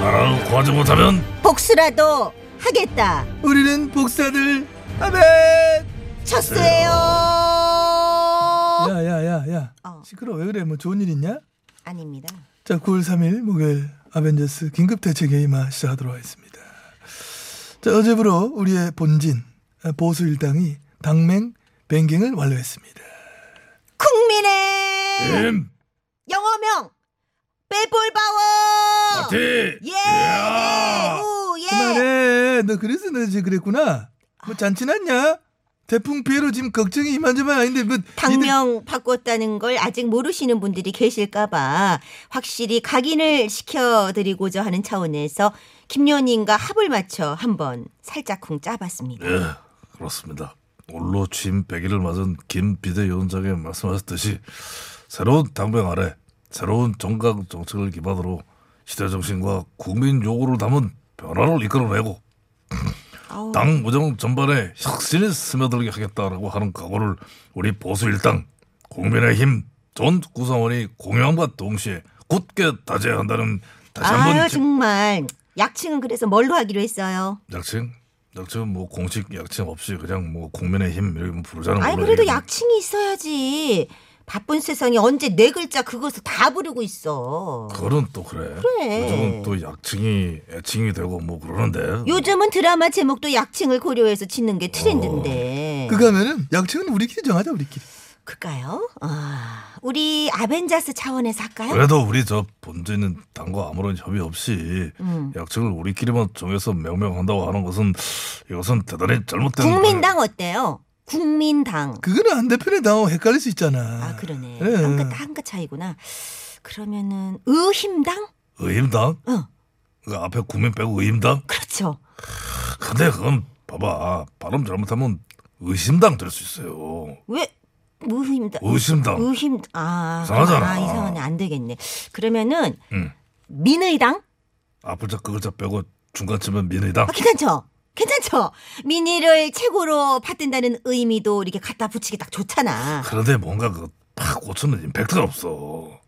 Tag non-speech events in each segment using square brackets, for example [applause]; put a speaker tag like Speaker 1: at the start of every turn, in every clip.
Speaker 1: 나라를 구하지 못하면
Speaker 2: 복수라도 하겠다.
Speaker 3: 우리는 복사들 아멘.
Speaker 1: 네.
Speaker 2: 쳤어요.
Speaker 3: 야야야야.
Speaker 2: 어.
Speaker 3: 시끄러 왜 그래? 뭐 좋은 일 있냐?
Speaker 2: 아닙니다.
Speaker 3: 자, 9월 3일 목요일 아벤져스 긴급 대책의 임하 시작하도록 하겠습니다. 자, 어제부로 우리의 본진 아, 보수 일당이 당맹 뱅갱을 완료했습니다.
Speaker 2: 예! 국민의
Speaker 1: 팀
Speaker 2: 영어명 빼볼바워.
Speaker 1: 파티
Speaker 2: 예.
Speaker 1: 야!
Speaker 2: 우, 예.
Speaker 3: 그만해. 너 그래서 너 지금 그랬구나. 뭐 잔치났냐? 대풍 피해로 지금 걱정이 이만저만 아닌데 뭐 니들-
Speaker 2: 당명 바꿨다는 걸 아직 모르시는 분들이 계실까봐 확실히 각인을 시켜드리고자 하는 차원에서 김연인과 합을 맞춰 한번 살짝쿵 짜봤습니다.
Speaker 1: 예, 그렇습니다. 올로 취임 100일을 맞은 김 비대위원장의 말씀하셨듯이 새로운 당명 아래 새로운 정강 정책을 기반으로 시대 정신과 국민 요구를 담은 변화를 이끌어내고
Speaker 2: 아우.
Speaker 1: 당 무정 전반에 혁신이 스며들게 하겠다라고 하는 각오를 우리 보수 일당 국민의힘 전 구성원이 공약과 동시에 굳게 다져야 한다는 다시 한번
Speaker 2: 아유
Speaker 1: 지-
Speaker 2: 정말 약칭은 그래서 뭘로 하기로 했어요.
Speaker 1: 약칭? 약칭은 뭐 공식 약칭 없이 그냥 뭐 국민의힘 이렇게 뭐 부르자는
Speaker 2: 아니
Speaker 1: 걸로
Speaker 2: 그래도
Speaker 1: 얘기해.
Speaker 2: 약칭이 있어야지. 바쁜 세상에 언제 네 글자 그것을 다 부르고 있어.
Speaker 1: 그거는 또 그래.
Speaker 2: 그래.
Speaker 1: 요즘은 또 약칭이 애칭이 되고 뭐 그러는데.
Speaker 2: 요즘은 드라마 제목도 약칭을 고려해서 짓는 게
Speaker 1: 어.
Speaker 2: 트렌드인데.
Speaker 3: 그거 하면은 양측은 우리끼리 정하자 우리끼리.
Speaker 2: 그까요? 아, 우리 아벤자스 차원에서 할까요?
Speaker 1: 그래도 우리 저 본진은 당과 아무런 협의 없이
Speaker 2: 음.
Speaker 1: 약칭을 우리끼리만 정해서 명명한다고 하는 것은 이것은 대단히 잘못된
Speaker 2: 국민당 어때요? 국민당.
Speaker 3: 그거는 한 대표네 당하고 헷갈릴 수 있잖아.
Speaker 2: 아
Speaker 1: 음.
Speaker 2: 그러네.
Speaker 3: 그래.
Speaker 2: 한끗한끗 차이구나. 그러면은 의힘당?
Speaker 1: 의임당?
Speaker 2: 응.
Speaker 1: 그 앞에 국민 빼고 의임당?
Speaker 2: 그렇죠.
Speaker 1: 근데 그건 봐봐 발음 잘못하면 의심당 될 수 있어요.
Speaker 2: 왜뭐 의힘당?
Speaker 1: 의심당.
Speaker 2: 의힘 아
Speaker 1: 이상하잖아. 음.
Speaker 2: 아, 이상하네 안 되겠네. 그러면은
Speaker 1: 응.
Speaker 2: 민의당
Speaker 1: 앞 글자 그 글자 빼고 중간쯤에 민의당.
Speaker 2: 아, 괜찮죠? 괜찮죠? 민의를 최고로 받든다는 의미도 이렇게 갖다 붙이기 딱 좋잖아.
Speaker 1: 그런데 뭔가 그팍 고치는 임팩트가 없어.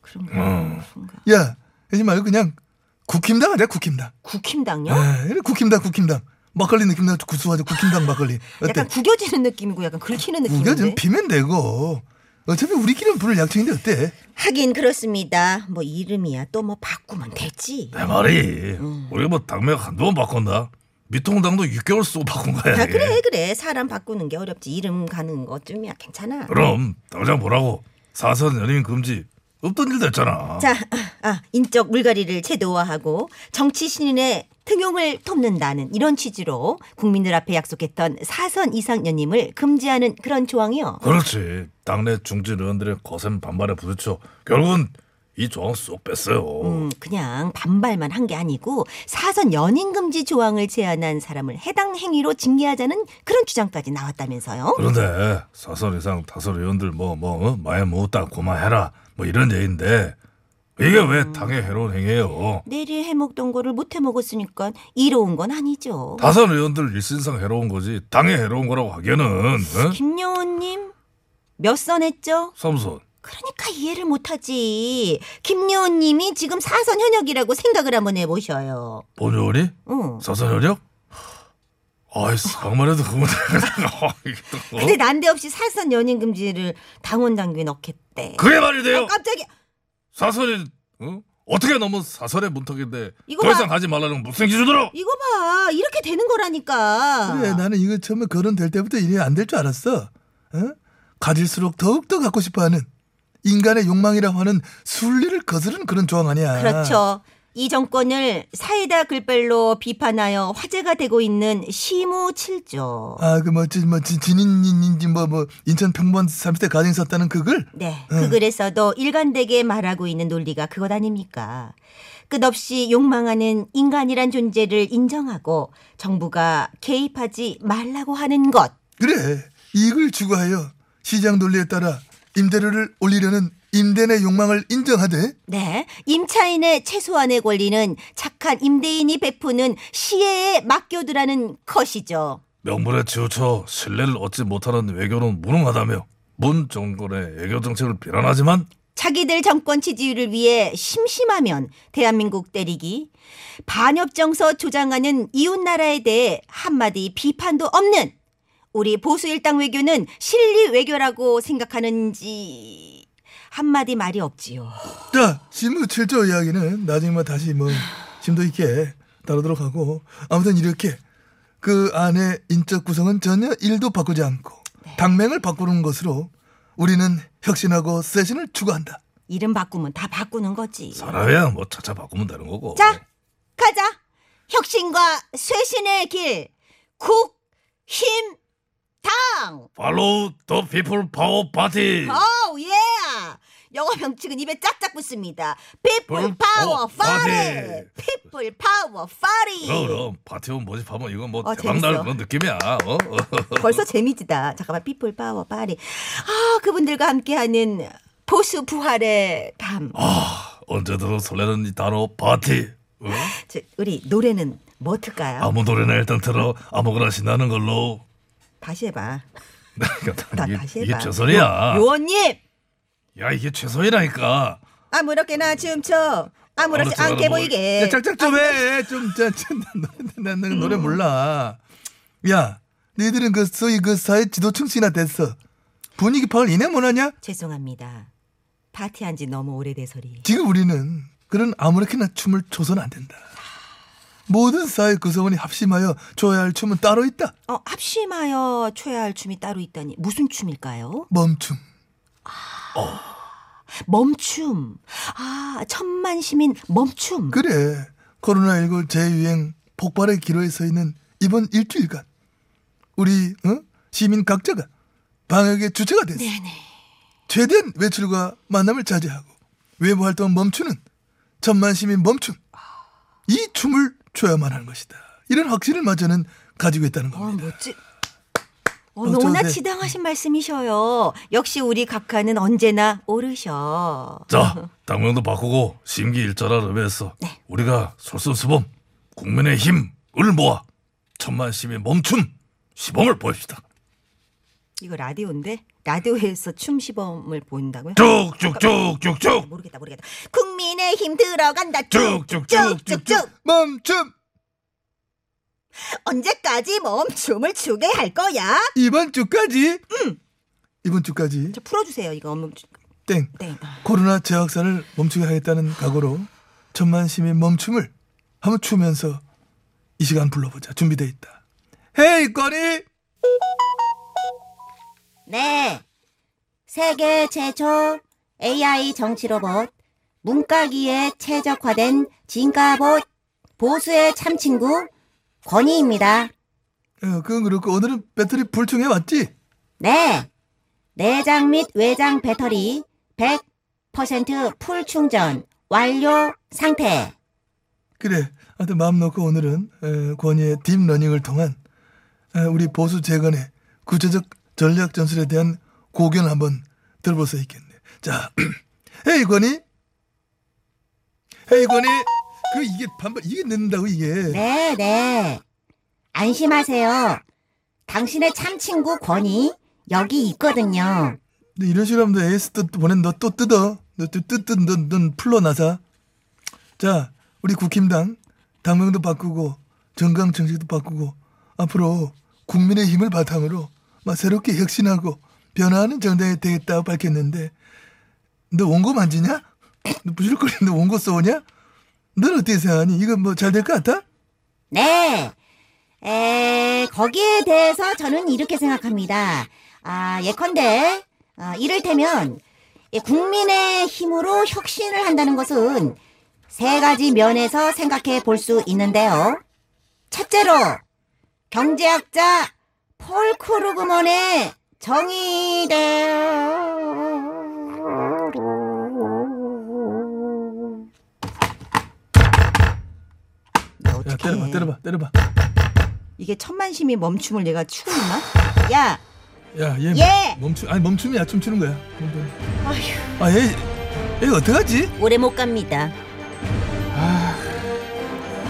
Speaker 2: 그런가?
Speaker 1: 음.
Speaker 2: 그런가?
Speaker 3: 야, 그러지 말고 그냥 국힘당 하자 국힘당.
Speaker 2: 국힘당요?
Speaker 1: 네.
Speaker 3: 에 국힘당 국힘당 막걸리 느낌 나 구수하죠 국힘당 막걸리 어때?
Speaker 2: [laughs] 약간 구겨지는 느낌이고 약간 긁히는
Speaker 3: 우리가
Speaker 2: 느낌인데.
Speaker 3: 좀 비면 되고 어차피 우리끼리는 부를 약칭인데 어때?
Speaker 2: 하긴 그렇습니다. 뭐 이름이야 또 뭐 바꾸면 되지.
Speaker 1: 내 말이
Speaker 2: 음.
Speaker 1: 우리가 뭐 당명 한두 번 바꾼다. 미통당도 6개월 쓰고 바꾼 거야.
Speaker 2: 아
Speaker 1: 이게.
Speaker 2: 그래 그래 사람 바꾸는 게 어렵지 이름 가는 것쯤이야 괜찮아.
Speaker 1: 그럼 당장 뭐라고 사선 연예인 금지 없던 일 됐잖아.
Speaker 2: 자, 아, 아, 인적 물갈이를 제도화하고 정치 신인의 등용을 돕는다는 이런 취지로 국민들 앞에 약속했던 사선 이상 연임을 금지하는 그런 조항이요.
Speaker 1: 그렇지. 당내 중진 의원들의 거센 반발에 부딪혀 결국은 이 조항 쏙 뺐어요.
Speaker 2: 음, 그냥 반발만 한 게 아니고 사선 연임 금지 조항을 제안한 사람을 해당 행위로 징계하자는 그런 주장까지 나왔다면서요.
Speaker 1: 그런데 사선 이상 다선 의원들 뭐뭐 어? 마에 모았다 고마해라 뭐 이런 얘기인데 이게
Speaker 2: 음.
Speaker 1: 왜 당의 해로운 행위예요?
Speaker 2: 내리 해먹던 거를 못 해먹었으니까 이로운 건 아니죠.
Speaker 1: 다선 의원들 일신상 해로운 거지 당에 해로운 거라고 하기에는 어?
Speaker 2: 김여원님 몇 선 했죠?
Speaker 1: 삼선
Speaker 2: 그러니까 이해를 못하지. 김여원님이 지금 사선 현역이라고 생각을 한번 해보셔요.
Speaker 1: 본 의원이
Speaker 3: 어?
Speaker 2: 응.
Speaker 1: 사선 현역? 아이 상만 해도 그만 아, 이게 또, 어?
Speaker 2: 근데 난데없이 사선 연임 금지를 당원 당규에 넣겠대.
Speaker 1: 그게 말이
Speaker 2: 아,
Speaker 1: 돼요
Speaker 2: 깜짝이야.
Speaker 1: 사선이 어? 어떻게 넘은 사선의 문턱인데
Speaker 2: 이거
Speaker 1: 더
Speaker 2: 봐.
Speaker 1: 이상 하지 말라는 건 무슨 기준으로
Speaker 2: 이거 봐. 이렇게 되는 거라니까.
Speaker 3: 그래 나는 이거 처음에 거론될 때부터 이게 안 될 줄 알았어. 어? 가질수록 더욱더 갖고 싶어하는 인간의 욕망이라고 하는 순리를 거스른 그런 조항 아니야.
Speaker 2: 그렇죠. 이 정권을 사이다 글발로 비판하여 화제가 되고 있는 시무 칠조
Speaker 3: 아 그 멋진 멋진 진인인지 뭐 뭐 인천 평범 30대 가정에 썼다는 그 글?
Speaker 2: 네. 그 글에서도 일관되게 말하고 있는 논리가 그것 아닙니까? 끝없이 욕망하는 인간이란 존재를 인정하고 정부가 개입하지 말라고 하는 것.
Speaker 3: 그래 이익을 추구하여 시장 논리에 따라 임대료를 올리려는 임대인의 욕망을 인정하되
Speaker 2: 네. 임차인의 최소한의 권리는 착한 임대인이 베푸는 시혜에 맡겨두라는 것이죠.
Speaker 1: 명분에 치우쳐 신뢰를 얻지 못하는 외교는 무능하다며 문 정권의 외교 정책을 비난하지만
Speaker 2: 자기들 정권 지지율을 위해 심심하면 대한민국 때리기, 반협정서 조장하는 이웃나라에 대해 한마디 비판도 없는 우리 보수일당 외교는 실리 외교라고 생각하는지 한마디 말이 없지요.
Speaker 3: 자 실무 7조 이야기는 나중에 뭐 다시 뭐 심도 있게 다루도록 하고 아무튼 이렇게 그 안에 인적 구성은 전혀 일도 바꾸지 않고 당맹을 바꾸는 것으로 우리는 혁신하고 세신을 추구한다.
Speaker 2: 이름 바꾸면 다 바꾸는 거지.
Speaker 1: 사람이야 뭐 차차 바꾸면 되는 거고
Speaker 2: 자, 가자. 혁신과 쇄신의 길. 국, 힘, 당.
Speaker 1: 팔로우 더 피플 파워 파티
Speaker 2: 어우 예 영어 명칭은 입에 짝짝 붙습니다 People Power Party People
Speaker 1: 그럼
Speaker 2: Power Party
Speaker 1: 그럼 파티원 모집하면 이건 뭐
Speaker 2: 어,
Speaker 1: 대박날
Speaker 2: 재밌어.
Speaker 1: 그런 느낌이야 어? [laughs]
Speaker 2: 벌써 재미지다 잠깐만 People Power Party 아 그분들과 함께하는 보수 부활의 밤
Speaker 1: 아 언제 들어 설레는 이 단어 파티 어?
Speaker 2: 저, 우리 노래는 뭐 틀까요?
Speaker 1: 아무 노래나 일단 틀어 아무거나 신나는 걸로 [laughs] 그러니까
Speaker 2: 다시 해봐 나 다시
Speaker 1: 이게,
Speaker 2: 해봐
Speaker 1: 이게 최선이야
Speaker 2: 요원님
Speaker 1: 야 이게 최선이라니까 뭐
Speaker 2: 아무렇게나 춤춰 아무렇지
Speaker 1: 아무렇지
Speaker 2: 않게
Speaker 1: 않아 보이-
Speaker 2: 보이게 아,
Speaker 3: 야, 짝짝 좀 해. 좀, 짜, 짜, 나, 나, 나, 나 노래 몰라. 야, 너희들은 그 소위 그 사회 지도층수나 됐어. 분위기 파악을 이내 못하냐?
Speaker 2: 죄송합니다 파티한 지 너무 오래돼서리
Speaker 3: 지금 우리는 그런 아무렇게나 춤을 춰선 안 된다. 모든 사회 구성원이 합심하여 줘야 할 춤은 따로 있다.
Speaker 2: 어, 합심하여 춰야 할 춤이 따로 있다니 무슨 춤일까요?
Speaker 3: 멈춤.
Speaker 2: 멈춤. 아, 천만 시민 멈춤.
Speaker 3: 그래. 코로나19 재유행 폭발의 기로에 서 있는 이번 일주일간 우리 어? 시민 각자가 방역의 주체가 됐어. 최대한 외출과 만남을 자제하고 외부 활동을 멈추는 천만 시민 멈춤. 이 춤을 춰야만 하는 것이다. 이런 확신을 마저는 가지고 있다는
Speaker 2: 어,
Speaker 3: 겁니다.
Speaker 2: 뭐지? 어,
Speaker 3: 어,
Speaker 2: 너무나
Speaker 3: 저기-
Speaker 2: 지당하신 말씀이셔요. 역시 우리 각하는 언제나 오르셔.
Speaker 1: 자, 당명도 바꾸고 심기 일자라를 위해서
Speaker 2: 네.
Speaker 1: 우리가 솔선수범 국민의 힘을 모아 천만 시민 멈춤 시범을 보입시다.
Speaker 2: 이거 라디오인데? 라디오에서 춤 시범을 본다고요? 아,
Speaker 1: 쭉쭉쭉쭉쭉
Speaker 2: 모르겠다, 모르겠다. 국민의 힘 들어간다.
Speaker 1: 쭉, 쭉, 쭉, 쭉,
Speaker 2: 쭉쭉쭉쭉.
Speaker 3: 멈춤.
Speaker 2: 언제까지 멈춤을 추게 할 거야?
Speaker 3: 이번 주까지. 이번 주까지
Speaker 2: 저 풀어주세요. 이거 멈춤.
Speaker 3: 땡.
Speaker 2: 네.
Speaker 3: 코로나 재확산을 멈추게 하겠다는 각오로 천만 시민 멈춤을 한번 추면서 이 시간 불러보자 준비돼 있다. 헤이 꺼리
Speaker 4: 네. 세계 최초 AI 정치 로봇 문과기에 최적화된 진가봇 보수의 참친구 권희입니다.
Speaker 3: 어, 그건 그렇고 오늘은 배터리 불충해 맞지?
Speaker 4: 네. 내장 및 외장 배터리 100%풀 충전 완료 상태.
Speaker 3: 그래. 하여튼 마음 놓고 오늘은 에, 권위의 딥러닝을 통한 에, 우리 보수 재건의 구체적 전략 전술에 대한 고견 한번 들어볼 수 있겠네. 자, [clears throat] 헤이 권위, 헤이 권위. 그 이게 반발 이게 는다고 이게.
Speaker 4: 네, 네. 안심하세요. 당신의 참친구 권희 여기 있거든요.
Speaker 3: 근데 이런 식으로 하면 에이스 또 보낸 너 또 뜯어. 너또뜯뜯넌넌 풀러 나사. 자, 우리 국힘당 당명도 바꾸고 정강 정책도 바꾸고 앞으로 국민의 힘을 바탕으로 막 새롭게 혁신하고 변화하는 정당이 되겠다고 밝혔는데 너 원고 만지냐? 너 부실거리는데 원고 써오냐? 넌 어떻게 생각하니? 이거 뭐 잘 될 것 같아?
Speaker 4: 네. 에, 거기에 대해서 저는 이렇게 생각합니다. 아, 예컨대,
Speaker 2: 어,
Speaker 4: 아, 이를테면, 예, 국민의 힘으로 혁신을 한다는 것은
Speaker 2: 세 가지 면에서 생각해 볼 수 있는데요. 첫째로 경제학자 폴 크루그먼의 정의대로
Speaker 3: 야, 네, 때려봐, 때려봐, 때려봐.
Speaker 2: 이게 천만심이 멈춤을 내가 추고 있나? 야,
Speaker 3: 야, 얘
Speaker 2: 예!
Speaker 3: 멈춤, 아니 멈춤이야, 춤추는 거야. 아, 얘, 얘 어떡하지?
Speaker 5: 오래 못 갑니다.
Speaker 2: 아.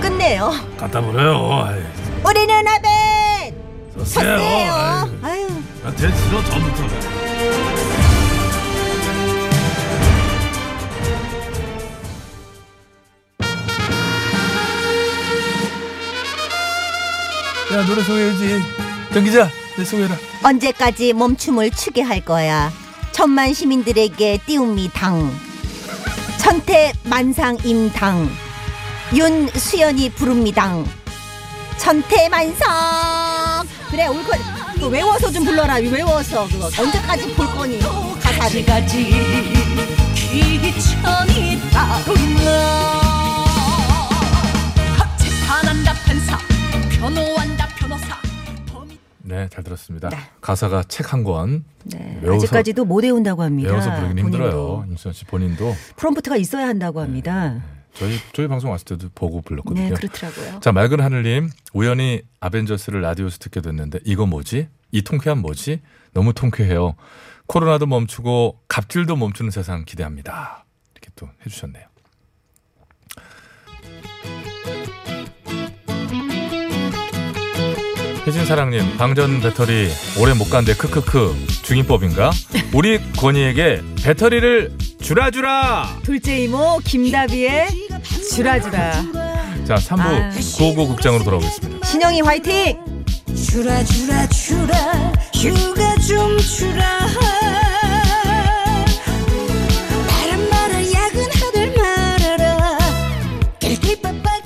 Speaker 5: 끝내요.
Speaker 6: 갖다 버려요. 아이,
Speaker 2: 우리는 아벤!
Speaker 6: 서세요. 아이,
Speaker 2: 네, 어, 아유,
Speaker 6: 나대 싫어 전부터.
Speaker 3: 야, 노래 소개해야지. 경기자, 내 소개해라.
Speaker 2: 언제까지 멈춤을 추게 할 거야? 천만 시민들에게 띄움이 당. 천태 만상 임당. 윤수연이 부릅니다. 천태 만상. 그래, 올 거. 그 외워서 좀 불러라. 외워서 그거. 언제까지 볼 거니? 가사를.
Speaker 7: 가지가지 귀천이 따르나 합집하는 답변사 변호한 답변호사 범인
Speaker 1: 네, 잘 들었습니다. 가사가 책 한 권. 외워서-
Speaker 5: 네, 아직까지도 못 외운다고 합니다.
Speaker 1: 외워서 부르긴 힘들어요. 네.
Speaker 5: 본인도.
Speaker 1: 임수연 씨 본인도
Speaker 5: 프롬프트가 있어야 한다고 합니다.
Speaker 1: 저희 저희 방송 왔을 때도 보고 불렀거든요.
Speaker 5: 네, 그렇더라고요.
Speaker 1: 자, 맑은 하늘님 우연히 아벤져스를 라디오에서 듣게 됐는데 이거 뭐지? 이 통쾌함 뭐지? 너무 통쾌해요. 코로나도 멈추고 갑질도 멈추는 세상 기대합니다. 이렇게 또 해주셨네요. 혜진 사랑님, 방전 배터리 오래 못 간대 크크크 중인법인가? 우리 권희에게 배터리를 주라 주라.
Speaker 7: 둘째 이모 김다비의 주라주라
Speaker 1: 자, 3부 구호고 극장으로 돌아오겠습니다.
Speaker 7: 신영이 화이팅! 주라 주라 주라 휴가 좀 주라 바람 말아 야근하들 말아라 길길 바빠